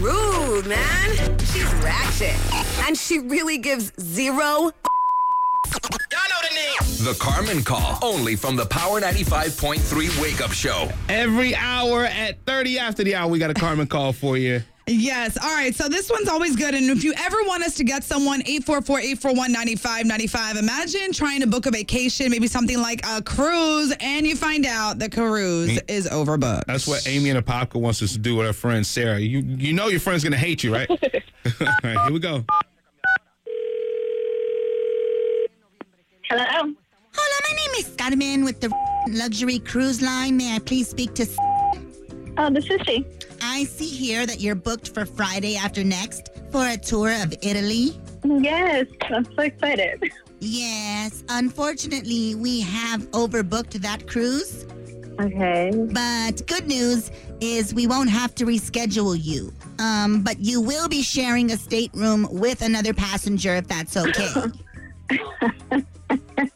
move, man. She's ratchet. And she really gives zero The Carmen Call, only from the Power 95.3 Wake Up Show. Every hour at 30 after the hour, we got a Carmen call for you. Yes. All right. So this one's always good. And if you ever want us to get someone, 844-841-9595. Imagine trying to book a vacation, maybe something like a cruise, and you find out the cruise is overbooked. That's what Amy and Apopka wants us to do with her friend Sarah. You you know your friend's gonna hate you, right? All right, here we go. Hello. Hola, my name is Carmen with the luxury cruise line. May I please speak to? Oh, this is she. I see here that you're booked for Friday after next for a tour of Italy. Yes, I'm so excited. Yes, unfortunately, we have overbooked that cruise. Okay. But good news is we won't have to reschedule you. Um, but you will be sharing a stateroom with another passenger if that's okay.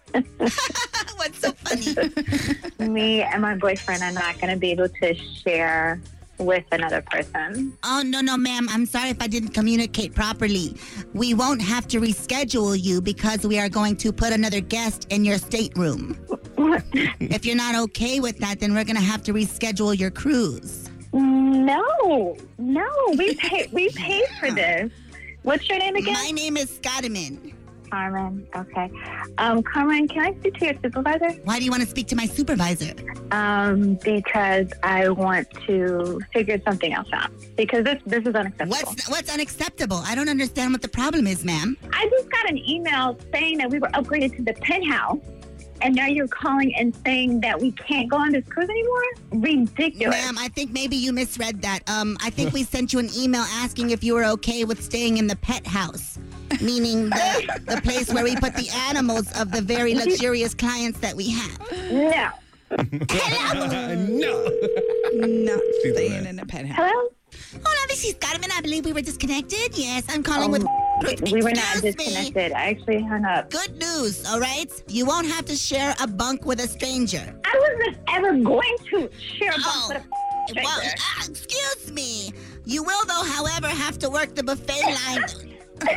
What's so funny? Me and my boyfriend are not going to be able to share with another person. Oh, no, no, ma'am. I'm sorry if I didn't communicate properly. We won't have to reschedule you because we are going to put another guest in your stateroom. if you're not okay with that, then we're going to have to reschedule your cruise. No, no, we pay, we paid for this. What's your name again? My name is Scottaman. Carmen. Okay. Um, Carmen, can I speak to your supervisor? Why do you want to speak to my supervisor? Um, because I want to figure something else out. Because this this is unacceptable. What's what's unacceptable? I don't understand what the problem is, ma'am. I just got an email saying that we were upgraded to the penthouse, and now you're calling and saying that we can't go on this cruise anymore? Ridiculous. Ma'am, I think maybe you misread that. Um, I think we sent you an email asking if you were okay with staying in the pet house, meaning the, the place where we put the animals of the very luxurious clients that we have. No. no. Not She's staying right. in a penthouse. Hello? Hold on, this is Carmen. I believe we were disconnected. Yes, I'm calling with. Oh, We were not Excuse me. disconnected. I actually hung up. Good news, all right? You won't have to share a bunk with a stranger. I wasn't ever going to share a bus Oh, with a stranger. well, uh, excuse me. You will, though, however, have to work the buffet line. I'm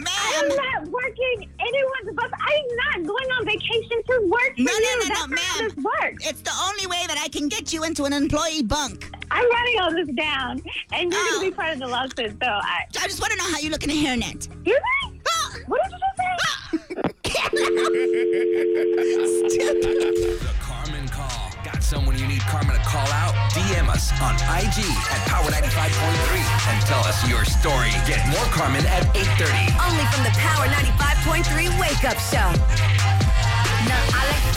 ma'am. not working anyone's bus. I'm not going on vacation to work for No, no, no, you. no, That's not how ma'am. this works. It's the only way that I can get you into an employee bunk. I'm writing all this down, and you're Oh. going to be part of the lawsuit. So, I, I just want to know how you look in a hairnet. excuse me? What did you just Oh, say? The Carmen Call. Got someone you need Carmen to call out? DM us on IG at Power 95.3 and tell us your story. Get more Carmen at 8.30. only from the Power 95.3 Wake Up Show. Now, Alexa.